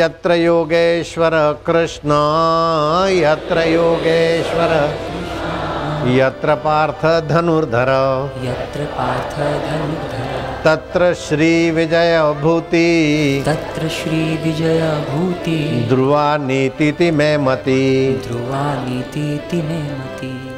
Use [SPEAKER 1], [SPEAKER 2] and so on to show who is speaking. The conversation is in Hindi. [SPEAKER 1] यत्र योगेश्वर कृष्ण यत्र योगेश्वर यत्र पार्थ धनुर्धर
[SPEAKER 2] यत्र पार्थ धनुर्धर
[SPEAKER 1] तत्र श्री विजय भूति
[SPEAKER 2] तत्र श्रीविजयभूति
[SPEAKER 1] ध्रुवा नीति मे मति
[SPEAKER 2] ध्रुवा नीतिति मे मति